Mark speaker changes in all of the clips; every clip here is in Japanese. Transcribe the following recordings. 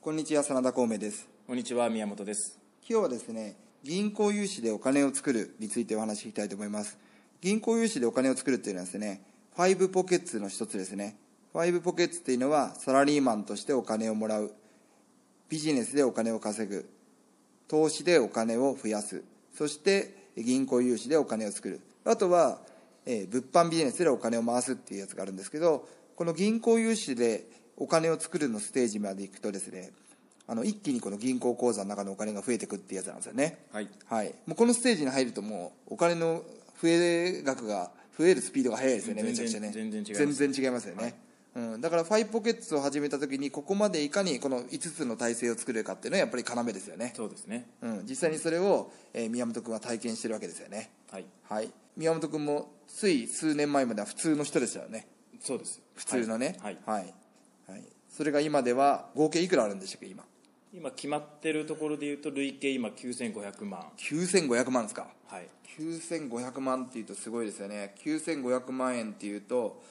Speaker 1: こんにちは真田孔明です
Speaker 2: こんにちは宮本です
Speaker 1: 今日はですね銀行融資でお金を作るについてお話ししたいと思います銀行融資でお金を作るっていうのはですねファイブポケッツの一つですねファイブポケッツっていうのはサラリーマンとしてお金をもらうビジネスでお金を稼ぐ投資でお金を増やすそして銀行融資でお金を作るあとは、えー物販ビジネスでお金を回すっていうやつがあるんですけどこの銀行融資でお金を作るのステージまで行くとですねあの一気にこの銀行口座の中のお金が増えてくっていうやつなんですよね
Speaker 2: はい
Speaker 1: はい、もうこのステージに入るともうお金の増え額が増えるスピードが速いですよねめ
Speaker 2: 全
Speaker 1: ちゃ
Speaker 2: 然
Speaker 1: くちゃね
Speaker 2: 全然違います
Speaker 1: 全然違いますよね、うん、だからファイブポケッツを始めた時にここまでいかにこの5つの体制を作れるかっていうのはやっぱり要ですよね、
Speaker 2: そうですね
Speaker 1: うん、実際にそれを、えー宮本君は体験してるわけですよね
Speaker 2: はい
Speaker 1: はい宮本君もつい数年前までは普通の人でしたよね
Speaker 2: そうです
Speaker 1: 普通のね
Speaker 2: はい、は
Speaker 1: はい
Speaker 2: い
Speaker 1: はいそれが今では合計いくらあるんでしたっけ今
Speaker 2: 今決まってるところで言うと累計今9500万
Speaker 1: 9500万ですか
Speaker 2: はい
Speaker 1: 9500万っていうとすごいですよね9500万円っていうと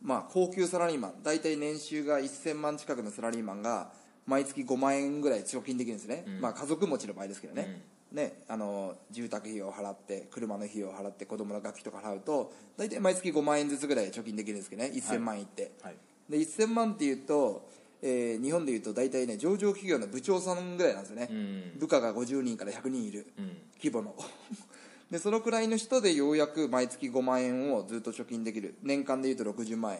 Speaker 1: まあ高級サラリーマン大体年収が1000万近くのサラリーマンが毎月5万円ぐらい貯金できるんですね、まあ家族持ちの場合ですけどね,、ねあの住宅費を払って車の費用を払って子供の学費とか払うと大体毎月5万円ずつぐらい貯金できるんですけどね1000万円いって、
Speaker 2: はい
Speaker 1: で1000万っていうと、えー日本でいうと大体ね上場企業の部長さんぐらいなんですよね、
Speaker 2: ん
Speaker 1: 部下が50人から100人いる、
Speaker 2: ん
Speaker 1: 規模のでそのくらいの人でようやく毎月5万円をずっと貯金できる年間でいうと60万円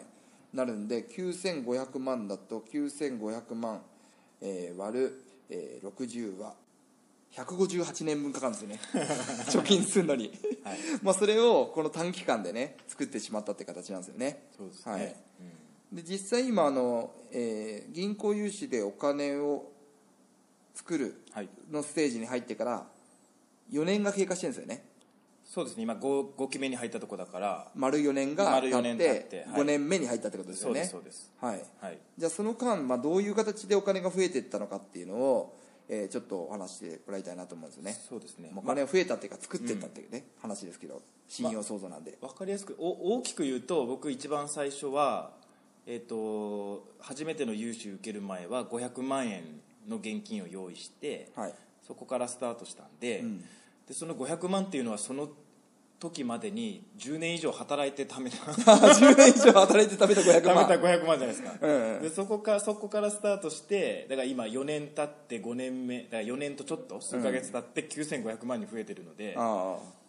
Speaker 1: なるんで9500万だと9500万、えー割る、えー60は158年分かかるんですよ ね貯金するのに、まあそれをこの短期間でね作ってしまったって形なんですよね
Speaker 2: そうですね
Speaker 1: はいで実際今あの、えー銀行融資でお金を作る
Speaker 2: はい
Speaker 1: のステージに入ってから4年が経過してるんですよね
Speaker 2: そうですね今 5, 5期目に入ったとこだから
Speaker 1: 丸4年が
Speaker 2: 丸
Speaker 1: 経
Speaker 2: 四
Speaker 1: っ
Speaker 2: 年経っててはい
Speaker 1: 5年目に入ったってことですよね、
Speaker 2: そうです
Speaker 1: はい
Speaker 2: はい
Speaker 1: じゃあその間、まあ、どういう形でお金が増えていったのかっていうのを、えーちょっとお話してもらいたいなと思うんですよね
Speaker 2: そうですね
Speaker 1: まあお金が増えたっていうか作っていったっていうね、話ですけど信用創造なんで、
Speaker 2: わかりやすくお大きく言うと僕一番最初はえっ、と初めての融資受ける前は500万円の現金を用意して、
Speaker 1: はい
Speaker 2: そこからスタートしたんで,、でその500万っていうのはその時までに10年以上働いて貯 めた貯
Speaker 1: 10年以上働いて食べた
Speaker 2: め
Speaker 1: 500
Speaker 2: た
Speaker 1: 万
Speaker 2: 500万じゃないですか、
Speaker 1: うん
Speaker 2: でそこからそこからスタートしてだから今4年経って5年目だから4年とちょっと数ヶ月経って9500万に増えてるので、
Speaker 1: ああ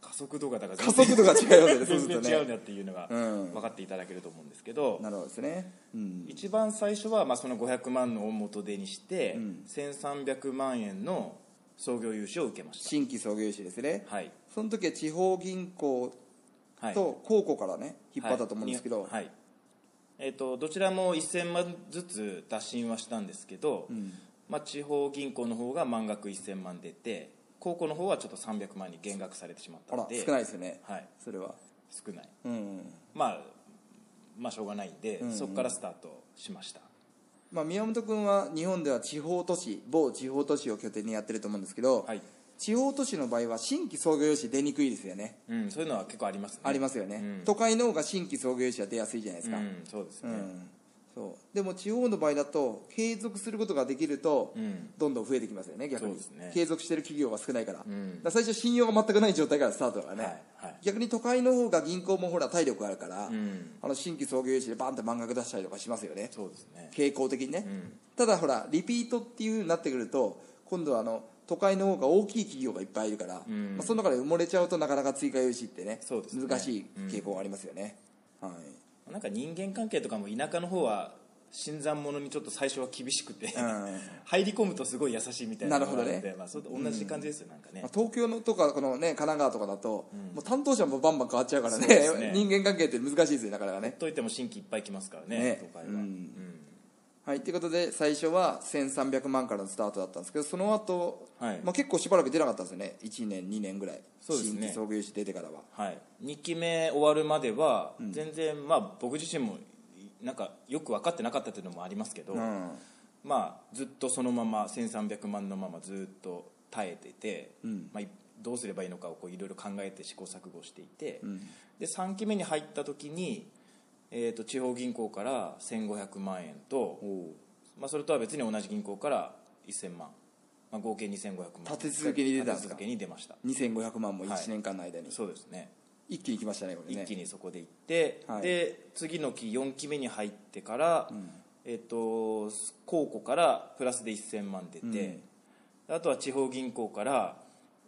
Speaker 2: 加速度がだから
Speaker 1: 加
Speaker 2: 全然
Speaker 1: 速度が違うわけですそうす
Speaker 2: 全
Speaker 1: ると
Speaker 2: 然違う
Speaker 1: ね
Speaker 2: んだっていうのが
Speaker 1: うん
Speaker 2: 分かっていただけると思うんですけど、
Speaker 1: なるほどですね、うん、
Speaker 2: 一番最初はまあその500万の大元手にして、1300万円の創業融資を受けまし
Speaker 1: 新規創業融資ですね、
Speaker 2: たはい
Speaker 1: その時は地方銀行
Speaker 2: はい
Speaker 1: と公庫からね引っ張ったと思うんですけど、
Speaker 2: はいはいえー、とどちらも1000万ずつ打診はしたんですけど、まあ、地方銀行の方が満額1000万出て高校の方はちょっと300万に減額されてしまっ
Speaker 1: あ
Speaker 2: た
Speaker 1: ら
Speaker 2: ので
Speaker 1: 少ないですよね、
Speaker 2: はい、
Speaker 1: それは
Speaker 2: 少ない
Speaker 1: うん
Speaker 2: まあまあしょうがないんで、そこからスタートしました
Speaker 1: まあ、宮本君は日本では地方都市某地方都市を拠点にやってると思うんですけど、
Speaker 2: はい、
Speaker 1: 地方都市の場合は新規創業融資出にくいですよね、
Speaker 2: うん、そういうのは結構ありますね
Speaker 1: ありますよね、都会の方が新規創業融資は出やすいじゃないですか、
Speaker 2: うんそうです
Speaker 1: う
Speaker 2: ね、
Speaker 1: んそうでも地方の場合だと継続することができると、
Speaker 2: ん
Speaker 1: どんどん増えてきますよね逆
Speaker 2: そ
Speaker 1: に、
Speaker 2: うですね
Speaker 1: 継続してる企業が少ないから,、
Speaker 2: ん
Speaker 1: 最初信用が全くない状態からスタートだからね、
Speaker 2: はいはい
Speaker 1: 逆に都会の方が銀行もほら体力があるから、
Speaker 2: ん
Speaker 1: あの新規創業融資でバンって満額出したりとかしますよね
Speaker 2: そうですね
Speaker 1: 傾向的にね、ただほらリピートっていうふうになってくると今度はあの都会の方が大きい企業がいっぱいいるから、まあ、その中で埋もれちゃうとなかなか追加融資ってね
Speaker 2: そうですね
Speaker 1: 難しい傾向がありますよね、はい
Speaker 2: なんか人間関係とかも田舎の方は新参者にちょっと最初は厳しくて、
Speaker 1: ん
Speaker 2: 入り込むとすごい優しいみたいなのがあ
Speaker 1: な
Speaker 2: っ
Speaker 1: るほ
Speaker 2: て、
Speaker 1: どね
Speaker 2: まあ、それと同じ感じですよ、なんかね
Speaker 1: まあ東京のとかこの、ね、神奈川とかだと、もう担当者もバンバン変わっちゃうからね
Speaker 2: そうですね
Speaker 1: 人間関係って難しいですよなかなかね
Speaker 2: ほっといても新規いっぱい来ますからね
Speaker 1: ね
Speaker 2: 都会は、
Speaker 1: うん
Speaker 2: うん
Speaker 1: はいということで最初は1300万からのスタートだったんですけどその後、
Speaker 2: はい
Speaker 1: まあ結構しばらく出なかったんですよね1年2年ぐらい、
Speaker 2: そうです
Speaker 1: 新
Speaker 2: ね
Speaker 1: 規創業融資出てからは
Speaker 2: はい、2期目終わるまでは全然、まあ、僕自身もなんかよく分かってなかったっていうのもありますけど、
Speaker 1: うん
Speaker 2: まあ、ずっとそのまま1300万のままずっと耐えてて、まあ、いどうすればいいのかをこういろいろ考えて試行錯誤していて、で3期目に入った時に、えー、と地方銀行から1500万円と、
Speaker 1: おう
Speaker 2: ままあ、それとは別に同じ銀行から1000万、まあ、合計2500万
Speaker 1: 立て続けに出たんですか
Speaker 2: 立て続けに出ました
Speaker 1: 2500万も
Speaker 2: はい
Speaker 1: 1年間の間に、
Speaker 2: そうですね
Speaker 1: 一気にきましたねこれね
Speaker 2: 一気にそこで行って、
Speaker 1: はい
Speaker 2: で次の期4期目に入ってから、えっと公庫からプラスで1000万出て、であとは地方銀行から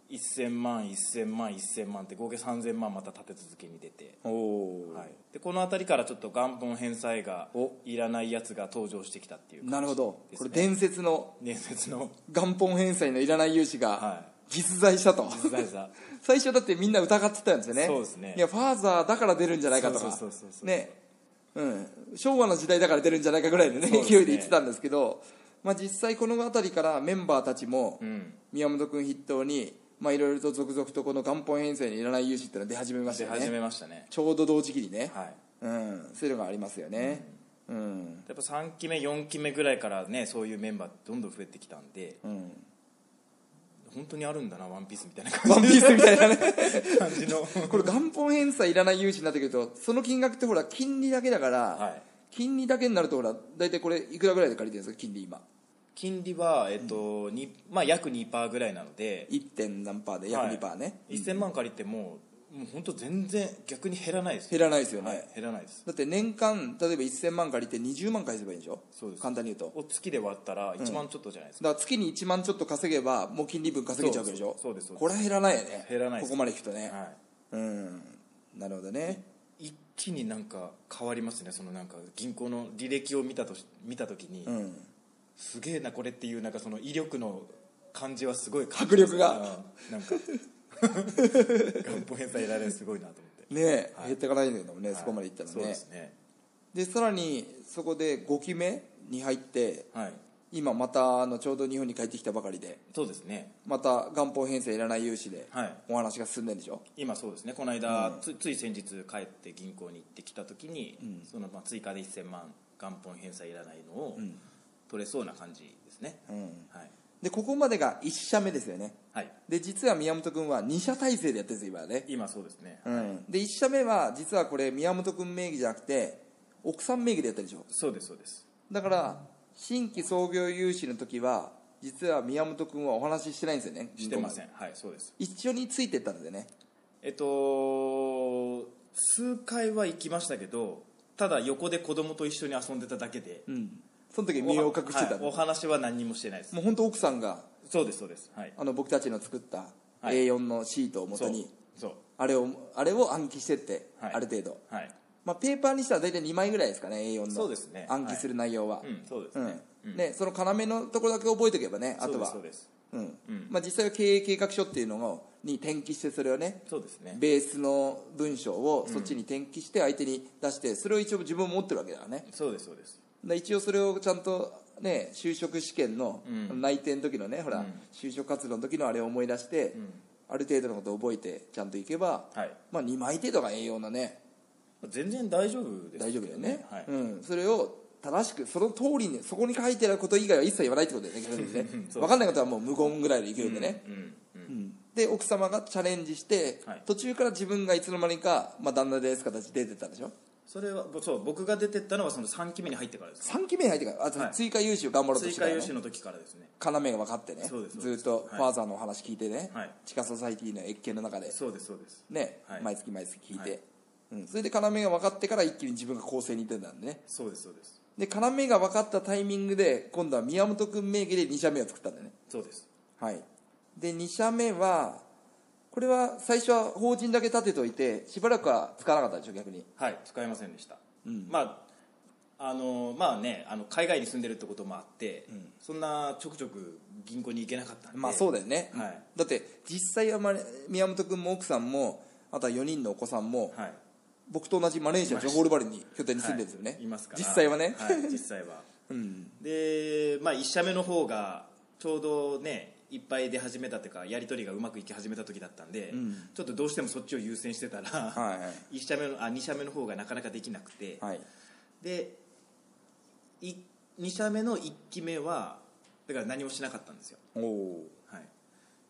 Speaker 2: 1000万1000万1000万って合計3000万また立て続けに出て、
Speaker 1: おお、
Speaker 2: はい、でこの辺りからちょっと元本返済が
Speaker 1: お
Speaker 2: いらないやつが登場してきたっていう
Speaker 1: なるほど、
Speaker 2: です
Speaker 1: こ
Speaker 2: ね
Speaker 1: れ伝説の
Speaker 2: 伝説の
Speaker 1: 元本返済のいらない融資が
Speaker 2: は
Speaker 1: 実在したと、
Speaker 2: い実在した
Speaker 1: 最初だってみんな疑ってたんですよね
Speaker 2: そうですね
Speaker 1: いやファーザーだから出るんじゃないかとか
Speaker 2: そうそうそうそうそう
Speaker 1: ねうん昭和の時代だから出るんじゃないかぐらいのね
Speaker 2: そうですね
Speaker 1: 勢いで言ってたんですけど、まあ、実際この辺りからメンバーたちも
Speaker 2: うん
Speaker 1: 宮本君筆頭にまあいろいろと続々とこの元本返済にいらない融資っていうのが出始めました
Speaker 2: 出
Speaker 1: よ
Speaker 2: 始
Speaker 1: ね
Speaker 2: めましたね
Speaker 1: ちょうど同時期にね、
Speaker 2: はい
Speaker 1: うん、そういうのがありますよねうん、
Speaker 2: やっぱ3期目4期目ぐらいからねそういうメンバーどんどん増えてきたんで
Speaker 1: うん、
Speaker 2: 本当にあるんだなワンピースみた いな
Speaker 1: ワンピースみたいなね
Speaker 2: 感じの
Speaker 1: これ元本返済いらない融資になってくるとその金額ってほら金利だけだから、
Speaker 2: はい
Speaker 1: 金利だけになるとほら大体これいくらぐらいで借りてるんですか金利今
Speaker 2: 金利は、えっとにまあ、約2%ぐらいなので
Speaker 1: 1. 点何パーで約2パーね、
Speaker 2: はい、1000万借りてももう本当全然逆に減らないです
Speaker 1: 減らないですよね、
Speaker 2: はい減らないです
Speaker 1: だって年間例えば1000万借りて20万返せばいいんでしょ
Speaker 2: そうです
Speaker 1: 簡単に言うと
Speaker 2: お月で割ったら1万ちょっとじゃないです
Speaker 1: だ
Speaker 2: か、
Speaker 1: から月に1万ちょっと稼げばもう金利分稼げちゃうわけでしょ
Speaker 2: そうですそうです
Speaker 1: これは減らないよね
Speaker 2: 減らないで
Speaker 1: こ
Speaker 2: す
Speaker 1: こまで聞くとね、
Speaker 2: は
Speaker 1: うんなるほどね
Speaker 2: い、一気になんか変わりますねそのなんか銀行の履歴を見たとし見た時に、
Speaker 1: うん
Speaker 2: すげえなこれっていうなんかその威力の感じはすごい
Speaker 1: 迫力が
Speaker 2: うん なんか 元本返済いられるすごいなと思って
Speaker 1: ねえ、減ってかないんだけどもね、そこまでいったら
Speaker 2: そうで
Speaker 1: ね
Speaker 2: すね
Speaker 1: でさらにそこで5期目に入って
Speaker 2: はい
Speaker 1: 今またあのちょうど日本に帰ってきたばかりで
Speaker 2: そうですね
Speaker 1: また元本返済いらない融資で
Speaker 2: はい
Speaker 1: お話が進んでるんでしょ、
Speaker 2: 今そうですねこの間、つつい先日帰って銀行に行ってきた時に、そのまあ追加で1000万元本返済いらないのを取れそうな感じですね、
Speaker 1: うん
Speaker 2: はい、
Speaker 1: でここまでが1社目ですよね
Speaker 2: はい、
Speaker 1: で実は宮本君は2社体制でやってるんです今はね、
Speaker 2: 今そうですね、
Speaker 1: うん、で1社目は実はこれ宮本君名義じゃなくて奥さん名義でやってるでしょ
Speaker 2: そうですそうです
Speaker 1: だから新規創業融資の時は実は宮本君はお話ししてないんですよね
Speaker 2: してませ
Speaker 1: ん
Speaker 2: んはいそうです
Speaker 1: 一緒についてったんですよね
Speaker 2: えっと数回は行きましたけどただ横で子供と一緒に遊んでただけで、
Speaker 1: うんその時身を隠してたん
Speaker 2: はい
Speaker 1: で
Speaker 2: お話は何にもしてないです
Speaker 1: もう本当奥さんが
Speaker 2: そうですそうですはい
Speaker 1: あの僕たちの作った
Speaker 2: はい
Speaker 1: A4 のシートを元
Speaker 2: そう
Speaker 1: に、
Speaker 2: そう
Speaker 1: あれをあれを暗記してって、
Speaker 2: はい
Speaker 1: ある程度、
Speaker 2: はい
Speaker 1: まあ、ペーパーにしたら大体2枚ぐらいですかね A4 の
Speaker 2: そうですね
Speaker 1: 暗記する内容は、
Speaker 2: うんそうです
Speaker 1: うん
Speaker 2: ね、
Speaker 1: ねその要のところだけ覚えておけばねあ
Speaker 2: そう
Speaker 1: と
Speaker 2: で
Speaker 1: は
Speaker 2: すそうです
Speaker 1: うん
Speaker 2: うん
Speaker 1: まあ、実際は経営計画書っていうのをに転記してそれをね
Speaker 2: そうですね
Speaker 1: ベースの文章をそっちに転記して相手に出してそれを一応自分も持ってるわけだからね
Speaker 2: そうですそうです
Speaker 1: で一応それをちゃんとね就職試験の
Speaker 2: うん
Speaker 1: 内定の時のね、ほら、
Speaker 2: うん
Speaker 1: 就職活動の時のあれを思い出して、ある程度のことを覚えてちゃんといけば、
Speaker 2: はい
Speaker 1: まあ、2枚程度が栄養のね
Speaker 2: 全然大丈夫です
Speaker 1: 大丈夫だよね、
Speaker 2: はい
Speaker 1: うん、それを正しくその通りにそこに書いてあること以外は一切言わないってことだよね逆にね
Speaker 2: そう
Speaker 1: 分かんないことはもう無言ぐらいの勢いでね、
Speaker 2: うんうん
Speaker 1: で奥様がチャレンジして、
Speaker 2: はい
Speaker 1: 途中から自分がいつの間にか、まあ、旦那です形で出てたんでしょ
Speaker 2: それはぼそう僕が出てったのはその3期目に入ってからです
Speaker 1: 3期目に入ってからあと
Speaker 2: はい
Speaker 1: 追加融資を頑張ろうと
Speaker 2: 追
Speaker 1: してか
Speaker 2: 加
Speaker 1: ら、
Speaker 2: 融
Speaker 1: ね、
Speaker 2: 資の時からですね
Speaker 1: 要が分かってね
Speaker 2: そうです
Speaker 1: ずっと
Speaker 2: そうです
Speaker 1: ファーザーのお話聞いてね、
Speaker 2: はい
Speaker 1: 地下ソサイティの越見の中で、
Speaker 2: そうですそうです
Speaker 1: ね
Speaker 2: はい
Speaker 1: 毎月毎月聞いて、
Speaker 2: はい
Speaker 1: うん、それで要が分かってから一気に自分が構成に出たんでね
Speaker 2: そうですそうです
Speaker 1: で要が分かったタイミングで今度は宮本君名義で2社目を作ったんだよね
Speaker 2: そうです
Speaker 1: はいで2社目はこれは最初は法人だけ立てといてしばらくは使わなかったでしょ逆に
Speaker 2: はい使えませんでした、まああのまあねあの海外に住んでるってこともあって、そんなちょくちょく銀行に行けなかったんで
Speaker 1: まあそうだよね、
Speaker 2: はい
Speaker 1: だって実際はま宮本君も奥さんもあとは4人のお子さんも、
Speaker 2: はい
Speaker 1: 僕と同じマレーシアジョホールバリに拠点に住んでるんですよね、
Speaker 2: はい、いますから
Speaker 1: 実際はね、
Speaker 2: い実際 は、で、まあ、1社目の方がちょうどねいっぱい出始めたというかやり取りがうまくいき始めた時だったんで、ちょっとどうしてもそっちを優先してたら、
Speaker 1: はいはい
Speaker 2: 一社目のあ2社目の方がなかなかできなくて、
Speaker 1: はい
Speaker 2: でい2社目の1期目はだから何もしなかったんですよ、
Speaker 1: おお
Speaker 2: はい、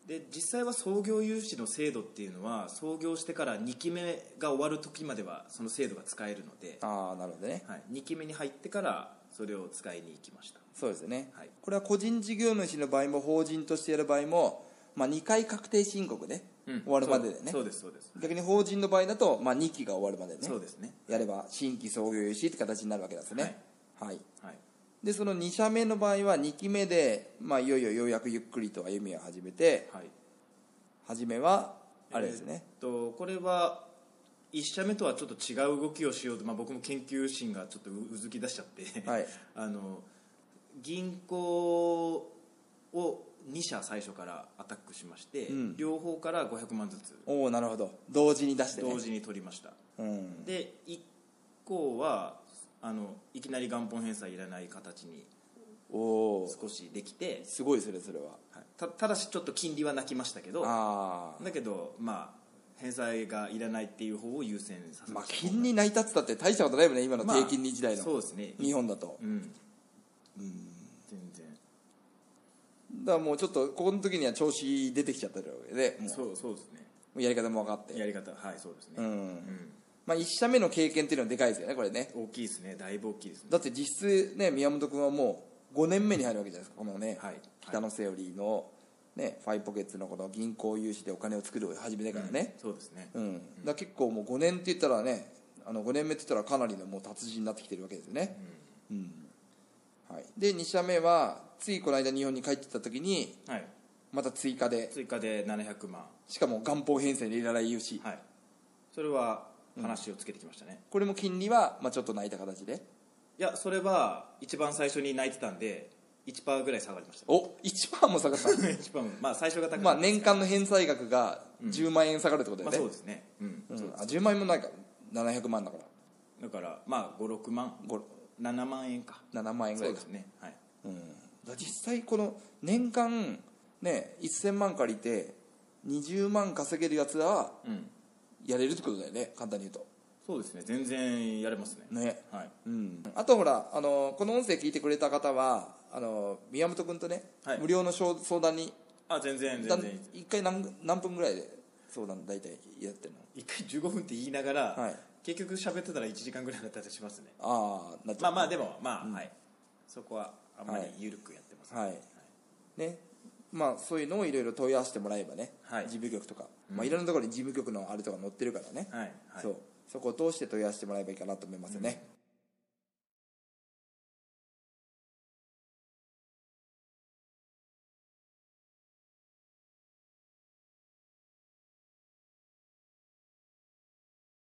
Speaker 2: で実際は創業融資の制度っていうのは創業してから2期目が終わる時まではその制度が使えるので
Speaker 1: ああなるほどね
Speaker 2: はい、2期目に入ってからそれを使いに行きました
Speaker 1: そうですよね、
Speaker 2: はい
Speaker 1: これは個人事業主の場合も法人としてやる場合も、まあ、2回確定申告で、
Speaker 2: うん
Speaker 1: 終わるまででね
Speaker 2: そうそうですそうです、
Speaker 1: 逆に法人の場合だと、まあ、2期が終わるまでね
Speaker 2: そうですね
Speaker 1: やれば新規創業融資って形になるわけなんですねはい、
Speaker 2: はい
Speaker 1: でその2社目の場合は2期目で、まあ、いよいよようやくゆっくりと歩みを始めて
Speaker 2: はい
Speaker 1: 初めはあれですね、
Speaker 2: えーっとこれは1社目とはちょっと違う動きをしようと、まあ、僕も研究心がちょっとううずき出しちゃって、
Speaker 1: はい
Speaker 2: あの銀行を2社最初からアタックしまして、
Speaker 1: ん
Speaker 2: 両方から500万ずつ
Speaker 1: おおなるほど同時に出して、ね、
Speaker 2: 同時に取りました、
Speaker 1: うん
Speaker 2: で1個はあのいきなり元本返済いらない形に
Speaker 1: おお
Speaker 2: 少しできて、
Speaker 1: すごいそれそれは
Speaker 2: はいたただしちょっと金利は泣きましたけど
Speaker 1: ああ
Speaker 2: だけどまあ返済がいらないっていう方を優先させ
Speaker 1: まあ
Speaker 2: ました
Speaker 1: 金利成り立つだって大したことないよね今の
Speaker 2: まあ
Speaker 1: 低金利時代の、
Speaker 2: そうですね
Speaker 1: 日本だと
Speaker 2: うん、全然
Speaker 1: だからもうちょっとここの時には調子出てきちゃってるわけでもう
Speaker 2: そうそうですね
Speaker 1: もうやり方も分かって
Speaker 2: やり方はいそうですね、
Speaker 1: うん
Speaker 2: うん
Speaker 1: まあ、1社目の経験っていうのはでかいですよねこれね
Speaker 2: 大きいですねだいぶ大きいですね
Speaker 1: だって実質ね宮本君はもう5年目に入るわけじゃないですかこのね、
Speaker 2: はいはい
Speaker 1: 北のセオリーの、ね、ファイポケッツのこの銀行融資でお金を作る始めてからね、
Speaker 2: そうですね
Speaker 1: うんだから結構もう5年って言ったらねあの5年目って言ったらかなりのもう達人になってきてるわけですよね、うんはい、で2社目はついこの間日本に帰ってきた時に
Speaker 2: はい
Speaker 1: また追加で
Speaker 2: 追加で700万
Speaker 1: しかも元本返済でいらない融資、
Speaker 2: はいそれは話をつけてきましたね、
Speaker 1: これも金利は、まあ、ちょっと泣いた形で
Speaker 2: いやそれは一番最初に泣いてたんで1%ぐらい下がりました
Speaker 1: お1%も下がった
Speaker 2: 1%まあ最初が高い
Speaker 1: まあ年間の返済額が10万円下がるってことだ
Speaker 2: ま
Speaker 1: よ
Speaker 2: あ
Speaker 1: ね、
Speaker 2: そうですねうん、
Speaker 1: うん
Speaker 2: そう
Speaker 1: あ10万円もないか700万だから
Speaker 2: だからまあ56万
Speaker 1: ご
Speaker 2: 7万円か
Speaker 1: 7万円ぐ
Speaker 2: そ
Speaker 1: ら
Speaker 2: う
Speaker 1: い
Speaker 2: で
Speaker 1: か
Speaker 2: すねはい
Speaker 1: だ実際この年間ね1000万借りて20万稼げるやつは
Speaker 2: うん
Speaker 1: やれるってことだよね簡単に言うと
Speaker 2: そうですね全然やれますね
Speaker 1: ね
Speaker 2: はい
Speaker 1: うんあとほらあのこの音声聞いてくれた方はあの宮本君とね、
Speaker 2: はい
Speaker 1: 無料の商相談に
Speaker 2: あ全然
Speaker 1: だ
Speaker 2: 全
Speaker 1: ん
Speaker 2: 然
Speaker 1: 一回何何分ぐらいで相談大体やってるの
Speaker 2: 一回15分って言いながら、
Speaker 1: はい
Speaker 2: 結局喋ってたら1時間ぐらいだったりしますね
Speaker 1: ああなっち
Speaker 2: ま
Speaker 1: ゃ
Speaker 2: あ
Speaker 1: う
Speaker 2: まあでもまあ、はいそこはあんまり
Speaker 1: はい
Speaker 2: 緩くやってます、
Speaker 1: はいねまあそういうのをいろいろ問い合わせてもらえばね、
Speaker 2: はい
Speaker 1: 事務局とか、まあ、いろんなところに事務局のあれとか載ってるからね、
Speaker 2: はいはい
Speaker 1: そうそこを通して問い合わせてもらえばいいかなと思いますよね、